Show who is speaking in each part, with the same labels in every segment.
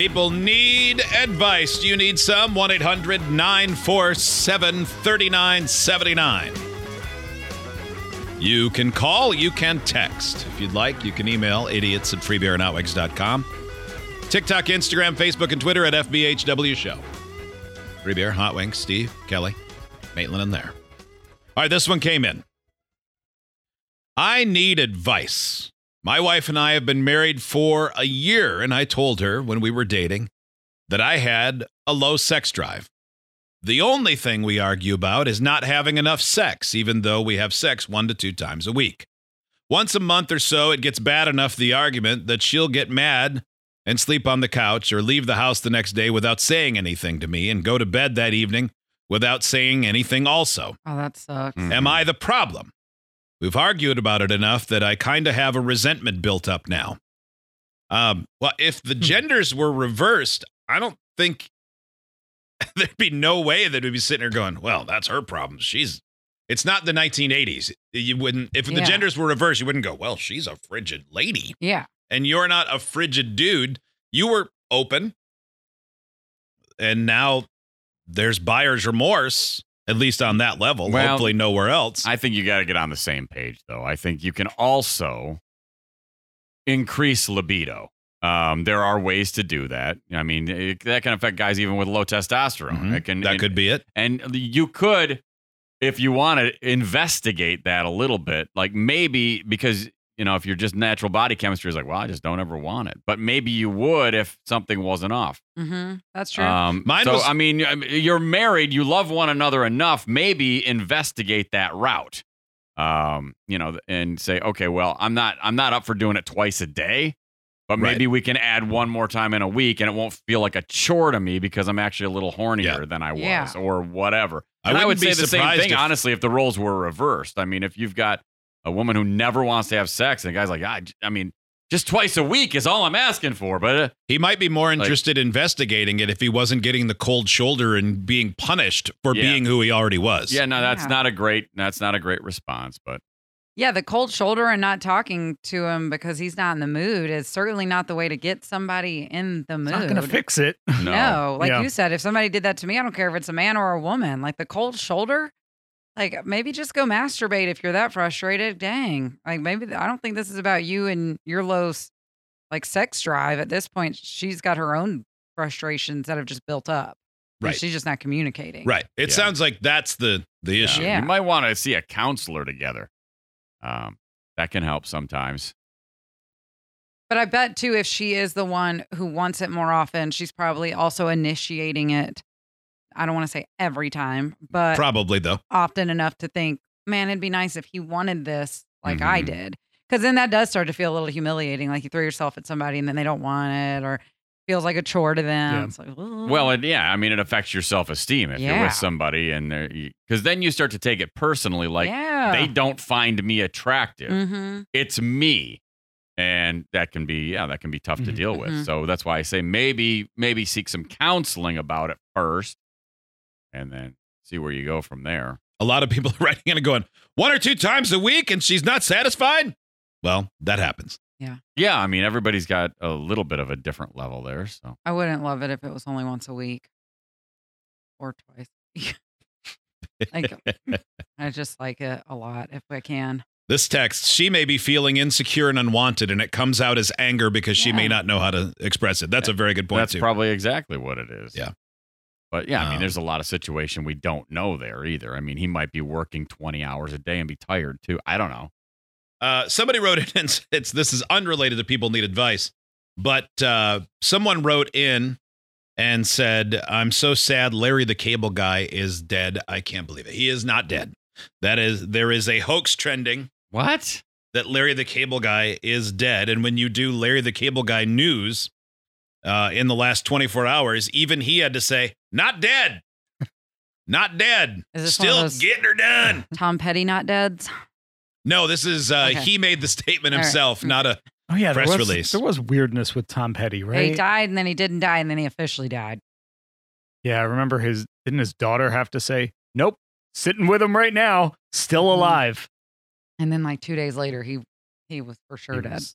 Speaker 1: People need advice. Do you need some? 1 800 947 3979. You can call, you can text. If you'd like, you can email idiots at freebeerandhotwigs.com. TikTok, Instagram, Facebook, and Twitter at FBHW Show. Free Beer, Hot Wings, Steve, Kelly, Maitland, and there. All right, this one came in. I need advice. My wife and I have been married for a year, and I told her when we were dating that I had a low sex drive. The only thing we argue about is not having enough sex, even though we have sex one to two times a week. Once a month or so, it gets bad enough, the argument, that she'll get mad and sleep on the couch or leave the house the next day without saying anything to me and go to bed that evening without saying anything, also.
Speaker 2: Oh, that sucks.
Speaker 3: Mm.
Speaker 1: Am I the problem? We've argued about it enough that I kind of have a resentment built up now. Um, well, if
Speaker 2: Hmm.
Speaker 1: the genders were reversed, I don't think there'd be no way that we'd be sitting there going, "Well, that's her problem. She's." It's not the 1980s. You wouldn't if the
Speaker 2: Yeah.
Speaker 1: genders were reversed, you wouldn't go, "Well, she's a frigid lady,"
Speaker 2: Yeah.
Speaker 1: and you're not a frigid dude. You were open, and now there's buyer's remorse, at least on that level.
Speaker 4: Well,
Speaker 1: Hopefully, nowhere else.
Speaker 4: I think you got to get on the same page, though. I think you can also increase libido. Um, there are ways to do that. I mean, it, that can affect guys even with low testosterone.
Speaker 1: Mhm.
Speaker 4: It can,
Speaker 1: that
Speaker 4: it-
Speaker 1: could be it.
Speaker 4: And you could, if you want to investigate that a little bit, like maybe because, you know, if your just natural body chemistry is like, well, I just don't ever want it. But maybe you would if something wasn't off.
Speaker 2: Mm-hmm. That's true.
Speaker 3: Uh,
Speaker 4: Um,
Speaker 1: Mine
Speaker 4: so,
Speaker 1: was-
Speaker 4: I mean, I mean, you're married, you love one another enough, maybe investigate that route. Um, you know, and say, okay, well, I'm not, I'm not up for doing it twice a day, but
Speaker 1: Right.
Speaker 4: maybe we can add one more time in a week, and it won't feel like a chore to me because I'm actually a little hornier
Speaker 1: Yeah.
Speaker 4: than I was,
Speaker 2: Yeah.
Speaker 4: or whatever.
Speaker 1: I
Speaker 4: And I, would
Speaker 1: wouldn't
Speaker 4: say
Speaker 1: be
Speaker 4: the same
Speaker 1: surprised
Speaker 4: thing,
Speaker 1: if-
Speaker 4: honestly, if the roles were reversed. I mean, if you've got a woman who never wants to have sex, and a guy's like, I, I mean, just twice a week is all I'm asking for, but. Uh,
Speaker 1: He might be more interested investigating it if he wasn't getting the cold shoulder and being punished for
Speaker 4: Yeah.
Speaker 1: being who he already was.
Speaker 4: Yeah, no, that's
Speaker 2: Yeah.
Speaker 4: not a great that's not a great response, but
Speaker 2: yeah, the cold shoulder and not talking to him because he's not in the mood is certainly not the way to get somebody in the mood.
Speaker 3: It's not going to fix it.
Speaker 4: no.
Speaker 2: No, like
Speaker 3: Yeah.
Speaker 2: you said, if somebody did that to me, I don't care if it's a man or a woman. Like the cold shoulder, like maybe just go masturbate if you're that frustrated. Dang, like maybe I don't think this is about you and your low, s- like sex drive. At this point, she's got her own frustrations that have just built up. and
Speaker 1: Right.
Speaker 2: she's just not communicating.
Speaker 1: Right. It
Speaker 4: Yeah.
Speaker 1: sounds like that's the the issue.
Speaker 2: Yeah.
Speaker 4: You might want to see a counselor together. Um, that can help sometimes.
Speaker 2: But I bet too, if she is the one who wants it more often, she's probably also initiating it. I don't want to say every time, but
Speaker 1: Probably though.
Speaker 2: often enough to think, man, it'd be nice if he wanted this like I
Speaker 4: Mhm.
Speaker 2: did. Cause then that does start to feel a little humiliating. Like you throw yourself at somebody and then they don't want it or feels like a chore to them.
Speaker 3: Yeah.
Speaker 2: It's like,
Speaker 4: Well, it, yeah, I mean, it affects your self esteem if you're
Speaker 2: Mm-hmm. Yeah.
Speaker 4: with somebody and they're because then you start to take it personally, like
Speaker 2: yeah.
Speaker 4: they don't find me attractive.
Speaker 2: Mhm.
Speaker 4: It's me. And that can be, yeah, that can be tough to
Speaker 3: Mhm.
Speaker 4: deal with.
Speaker 2: Mhm.
Speaker 4: So that's why I say maybe, maybe seek some counseling about it first and then see where you go from there.
Speaker 1: A lot of people are writing in and going, one or two times a week and she's not satisfied. Well, that happens.
Speaker 4: Yeah, I mean everybody's got a little bit of a different level there. So
Speaker 2: I wouldn't love it if it was only once a week or twice. like I just like it a lot if I can.
Speaker 1: This text, she may be feeling insecure and unwanted, and it comes out as anger because she may
Speaker 2: Yeah.
Speaker 1: not know how to express it. That's a very good point,
Speaker 4: that's
Speaker 1: too.
Speaker 4: probably exactly what it is.
Speaker 1: Yeah.
Speaker 4: But yeah, I mean
Speaker 1: Um,
Speaker 4: there's a lot of situation we don't know there either. I mean he might be working 20 hours a day and be tired too. I don't know.
Speaker 1: Uh, somebody wrote in, and s- it's this is unrelated to people need advice, but uh, someone wrote in and said, "I'm so sad. Larry the Cable Guy is dead. I can't believe it. He is not dead. That is, there is a hoax trending
Speaker 4: What?
Speaker 1: that Larry the Cable Guy is dead. And when you do Larry the Cable Guy news, uh, in the last 24 hours, even he had to say, not dead. Not dead.
Speaker 2: Is this one of
Speaker 1: Still
Speaker 2: those-
Speaker 1: getting her done.
Speaker 2: Tom Petty not dead.
Speaker 1: No, this is uh,
Speaker 2: Okay.
Speaker 1: he made the statement
Speaker 2: All right.
Speaker 1: himself, not a
Speaker 3: Oh yeah,
Speaker 1: Press
Speaker 3: there was,
Speaker 1: release.
Speaker 3: There was weirdness with Tom Petty,
Speaker 2: He
Speaker 3: right?
Speaker 2: died and then he didn't die and then he officially died.
Speaker 3: yeah, I remember his. Didn't his daughter have to say, "Nope, sitting with him right now, still
Speaker 2: Mhm.
Speaker 3: alive"?
Speaker 2: And then like two days later, he he was for sure
Speaker 3: He
Speaker 2: dead.
Speaker 3: was-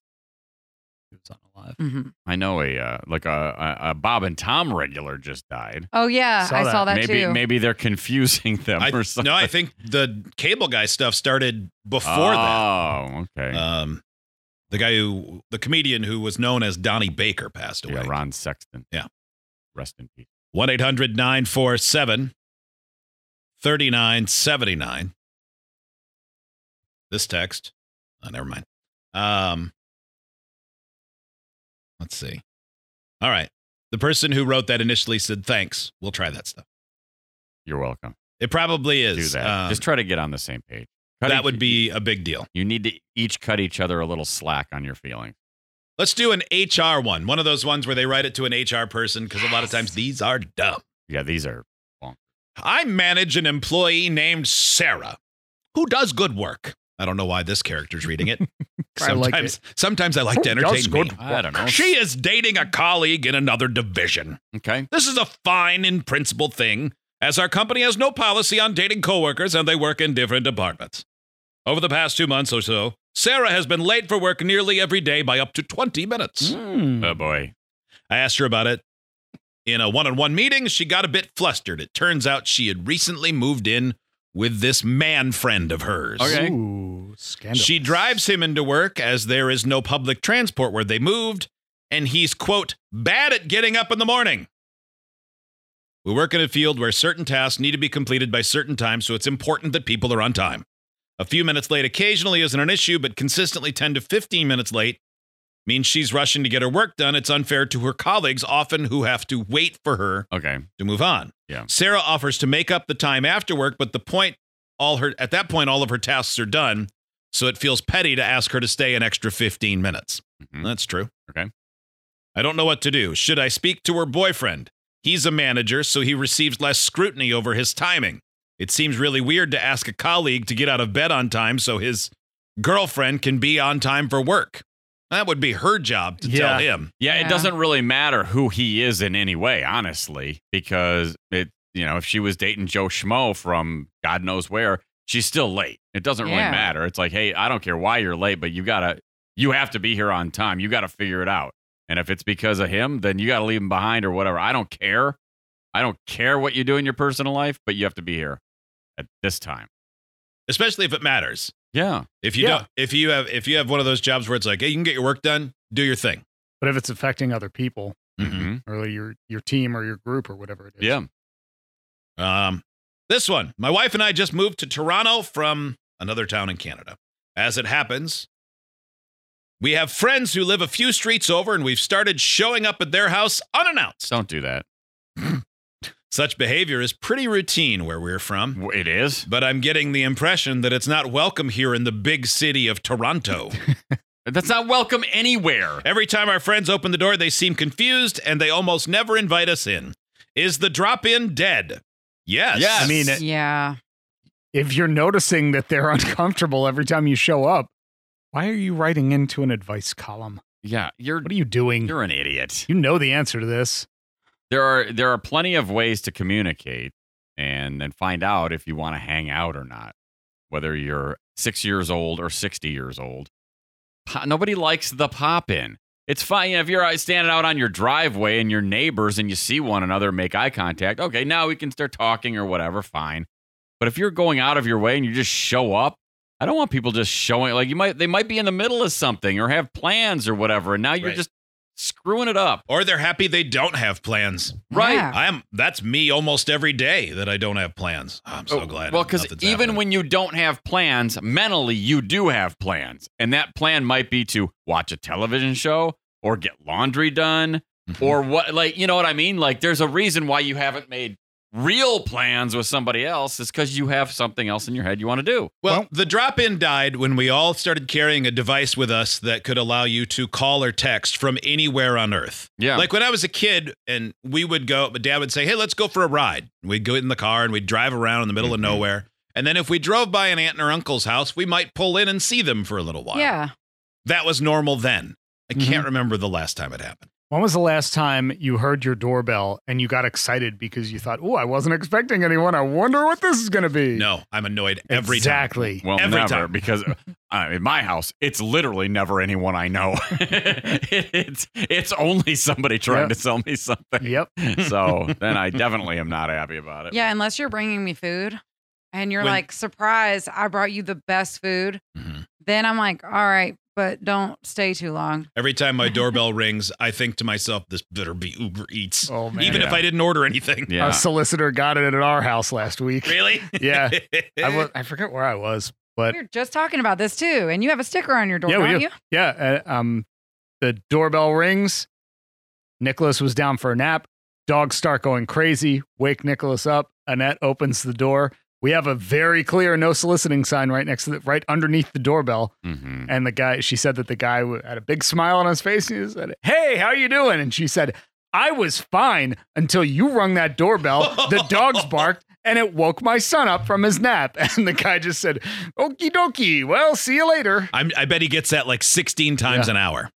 Speaker 3: he was unalive.
Speaker 2: Mhm.
Speaker 4: I know a uh, like a, a a Bob and Tom regular just died.
Speaker 2: Oh yeah,
Speaker 3: Saw
Speaker 2: I
Speaker 3: that.
Speaker 2: saw that
Speaker 4: maybe
Speaker 2: too.
Speaker 4: maybe they're confusing them
Speaker 1: I-
Speaker 4: or something.
Speaker 1: no, I think the cable guy stuff started before
Speaker 4: oh,
Speaker 1: that.
Speaker 4: okay.
Speaker 1: Um, the guy who, the comedian who was known as Donnie Baker passed away.
Speaker 4: yeah, Ron Sexton.
Speaker 1: Yeah.
Speaker 4: Rest in peace.
Speaker 1: 1 800 947 3979. This text. Oh, never mind. Um, let's see. All right. The person who wrote that initially said, thanks. We'll try that stuff.
Speaker 4: You're welcome.
Speaker 1: It probably is.
Speaker 4: Do that.
Speaker 1: Um,
Speaker 4: Just try to get on the same page. Cut
Speaker 1: that
Speaker 4: each-
Speaker 1: would be a big deal.
Speaker 4: You need to each cut each other a little slack on your feelings.
Speaker 1: Let's do an HR one. One of those ones where they write it to an HR person because a lot of times these are dumb.
Speaker 4: Yeah, these are
Speaker 1: I manage an employee named Sarah who does good work. I don't know why this character's reading it.
Speaker 3: I
Speaker 1: sometimes,
Speaker 3: like
Speaker 1: sometimes I like to
Speaker 3: Who does
Speaker 1: entertain
Speaker 3: good
Speaker 1: me.
Speaker 4: I don't know.
Speaker 1: She is dating a colleague in another division.
Speaker 4: okay.
Speaker 1: This is a fine in principle thing, as our company has no policy on dating coworkers and they work in different departments. Over the past two months or so, Sarah has been late for work nearly every day by up to 20 minutes.
Speaker 3: Mm.
Speaker 4: Oh boy.
Speaker 1: I asked her about it. In a one on one meeting, she got a bit flustered. It turns out she had recently moved in with this man friend of hers.
Speaker 4: Okay.
Speaker 3: Ooh, scandal.
Speaker 1: She drives him into work as there is no public transport where they moved, and he's, quote, bad at getting up in the morning. We work in a field where certain tasks need to be completed by certain times, so it's important that people are on time. A few minutes late occasionally isn't an issue, but consistently 10 to 15 minutes late means she's rushing to get her work done. It's unfair to her colleagues, often who have to wait for her
Speaker 4: Okay.
Speaker 1: to move on.
Speaker 4: Yeah.
Speaker 1: Sarah offers to make up the time after work, but the point all her at that point all of her tasks are done, so it feels petty to ask her to stay an extra 15 minutes.
Speaker 4: Mhm.
Speaker 1: That's true.
Speaker 4: Okay.
Speaker 1: I don't know what to do. Should I speak to her boyfriend? He's a manager, so he receives less scrutiny over his timing. It seems really weird to ask a colleague to get out of bed on time so his girlfriend can be on time for work. That would be her job to tell
Speaker 3: Yeah.
Speaker 1: him.
Speaker 4: Yeah,
Speaker 2: Yeah.
Speaker 4: it doesn't really matter who he is in any way, honestly, because it you know, if she was dating Joe Schmo from God knows where, she's still late. It doesn't
Speaker 2: Yeah.
Speaker 4: really matter. It's like, hey, I don't care why you're late, but you gotta you have to be here on time. You gotta figure it out. And if it's because of him, then you gotta leave him behind or whatever. I don't care. I don't care what you do in your personal life, but you have to be here at this time.
Speaker 1: Especially if it matters.
Speaker 4: Yeah.
Speaker 1: If you
Speaker 3: Yeah.
Speaker 1: don't, if you have, if you have one of those jobs where it's like, hey, you can get your work done, do your thing.
Speaker 3: But if it's affecting other people,
Speaker 1: Hmm?
Speaker 4: Mhm.
Speaker 3: or your your team or your group or whatever it is,
Speaker 4: Yeah.
Speaker 1: Um, this one, my wife and I just moved to Toronto from another town in Canada. As it happens, we have friends who live a few streets over, and we've started showing up at their house unannounced.
Speaker 4: Don't do that.
Speaker 1: Such behavior is pretty routine where we're from,
Speaker 3: Mm-hmm.
Speaker 4: W- It is.
Speaker 1: but I'm getting the impression that it's not welcome here in the big city of Toronto.
Speaker 4: That's not welcome anywhere.
Speaker 1: Every time our friends open the door, they seem confused and they almost never invite us in. Is the drop in dead? Yes.
Speaker 4: Yes.
Speaker 3: I mean, it-
Speaker 2: Yeah,
Speaker 3: if you're noticing that they're uncomfortable every time you show up, why are you writing into an advice column?
Speaker 4: Yeah, you're
Speaker 3: What are you doing?
Speaker 4: you're an idiot.
Speaker 3: you know the answer to this.
Speaker 4: There are there are plenty of ways to communicate and then find out if you want to hang out or not, whether you're six years old or sixty years old. Po- nobody likes the pop in. It's fine if you're out standing out on your driveway and your neighbors and you see one another make eye contact. Okay, now we can start talking or whatever. Fine, but if you're going out of your way and you just show up. I don't want people just showing like you might they might be in the middle of something or have plans or whatever and now you're
Speaker 1: Right.
Speaker 4: just screwing it up.
Speaker 1: Or they're happy they don't have plans.
Speaker 4: Right.
Speaker 2: Yeah.
Speaker 1: I'm that's me almost every day that I don't have plans. Oh, I'm so
Speaker 4: Oh,
Speaker 1: glad.
Speaker 4: Well, because
Speaker 1: nothing's
Speaker 4: even
Speaker 1: happening.
Speaker 4: when you don't have plans, mentally you do have plans, and that plan might be to watch a television show or get laundry done
Speaker 1: Mhm.
Speaker 4: or what, like you know what I mean. Like, there's a reason why you haven't made real plans with somebody else is because you have something else in your head you want to do.
Speaker 1: Well, the drop in died when we all started carrying a device with us that could allow you to call or text from anywhere on earth.
Speaker 4: Yeah.
Speaker 1: Like when I was a kid and we would go, but dad would say, Hey, let's go for a ride. And we'd go in the car and we'd drive around in the middle
Speaker 4: Mhm.
Speaker 1: of nowhere. And then if we drove by an aunt and her uncle's house, we might pull in and see them for a little while.
Speaker 2: Yeah.
Speaker 1: That was normal then. I can't remember the last time it happened.
Speaker 3: When was the last time you heard your doorbell and you got excited because you thought, "Oh, I wasn't expecting anyone. I wonder what this is going to be."
Speaker 1: No, I'm annoyed every time.
Speaker 3: exactly.
Speaker 4: Well,
Speaker 1: Every
Speaker 4: never
Speaker 1: time.
Speaker 4: because uh, in my house, it's literally never anyone I know. it's it's only somebody trying
Speaker 3: Yeah.
Speaker 4: to sell me something.
Speaker 3: Yep.
Speaker 4: so then I definitely am not happy about it.
Speaker 2: Yeah. Unless you're bringing me food and you're
Speaker 1: When-
Speaker 2: like, surprise, I brought you the best food.
Speaker 3: Mm-hmm.
Speaker 1: Mhm.
Speaker 2: Then I'm like, all right, but don't stay too long.
Speaker 1: Every time my doorbell rings, I think to myself, this better be Uber Eats,
Speaker 3: Oh man.
Speaker 1: even if
Speaker 4: Yeah.
Speaker 1: I didn't order anything.
Speaker 4: Yeah.
Speaker 3: a solicitor got it at our house last week.
Speaker 1: Really?
Speaker 3: Yeah. I wa- I forget where I was, but
Speaker 2: We were just talking about this too. And you have a sticker on your door,
Speaker 3: Yeah, we
Speaker 2: don't
Speaker 3: do.
Speaker 2: you?
Speaker 3: yeah, uh, um, the doorbell rings. Nicholas was down for a nap. Dogs start going crazy. Wake Nicholas up. Annette opens the door. We have a very clear no soliciting sign right next to the right underneath the doorbell.
Speaker 4: Mhm.
Speaker 3: And the guy, she said that the guy w- had a big smile on his face. And he said, Hey, how you doing? And she said, I was fine until you rung that doorbell. The dogs barked and it woke my son up from his nap. And the guy just said, Okie dokie. Well, see you later.
Speaker 1: I'm, I bet he gets that like 16 times
Speaker 3: Yeah.
Speaker 1: an hour.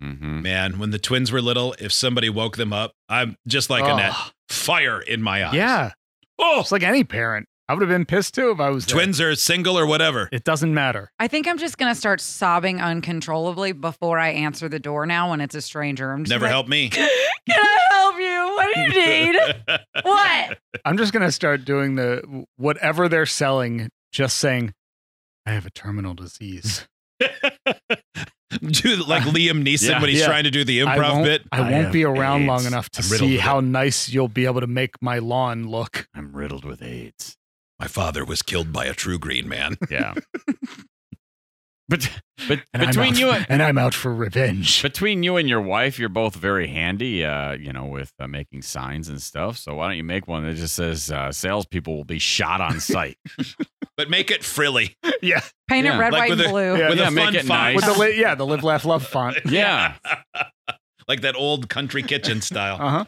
Speaker 4: Mhm.
Speaker 1: Man, when the twins were little, if somebody woke them up, I'm just like
Speaker 3: Oh.
Speaker 1: Annette, fire in my eyes.
Speaker 3: Yeah.
Speaker 1: Oh,
Speaker 3: It's like any parent. I would have been pissed too if I was there.
Speaker 1: twins are single or whatever.
Speaker 3: It doesn't matter.
Speaker 2: I think I'm just going to start sobbing uncontrollably before I answer the door now when it's a stranger. I'm just
Speaker 1: Never
Speaker 2: like,
Speaker 1: helped me.
Speaker 2: Can I help you? What do you need? what?
Speaker 3: I'm just going to start doing the whatever they're selling, just saying, I have a terminal disease.
Speaker 1: do like Liam Neeson
Speaker 4: Yeah.
Speaker 1: when he's
Speaker 3: Yeah.
Speaker 1: trying to do the
Speaker 3: I
Speaker 1: improv
Speaker 3: won't,
Speaker 1: bit.
Speaker 3: I
Speaker 4: I
Speaker 3: won't
Speaker 4: have
Speaker 3: be around long
Speaker 4: AIDS.
Speaker 3: enough to
Speaker 1: I'm riddled
Speaker 3: see
Speaker 1: with
Speaker 3: how nice you'll be able to make my lawn look.
Speaker 4: I'm riddled with AIDS.
Speaker 1: My father was killed by a true green man.
Speaker 4: Yeah. but but
Speaker 3: And I'm
Speaker 4: between
Speaker 3: out-
Speaker 4: you and
Speaker 3: and I'm out for revenge.
Speaker 4: between you and your wife, you're both very handy, uh, you know, with uh, making signs and stuff. So why don't you make one that just says uh, salespeople will be shot on sight?
Speaker 1: But make it frilly
Speaker 3: yeah,
Speaker 2: Paint
Speaker 4: Yeah.
Speaker 2: it red,
Speaker 1: Like
Speaker 2: white,
Speaker 1: with
Speaker 2: and
Speaker 1: a-
Speaker 2: blue.
Speaker 3: Yeah.
Speaker 1: with a
Speaker 4: make
Speaker 1: fun
Speaker 4: it
Speaker 1: font.
Speaker 3: with
Speaker 4: nice.
Speaker 3: the li- yeah the live laugh love font.
Speaker 4: yeah.
Speaker 1: like that old country kitchen style.
Speaker 3: Uh huh.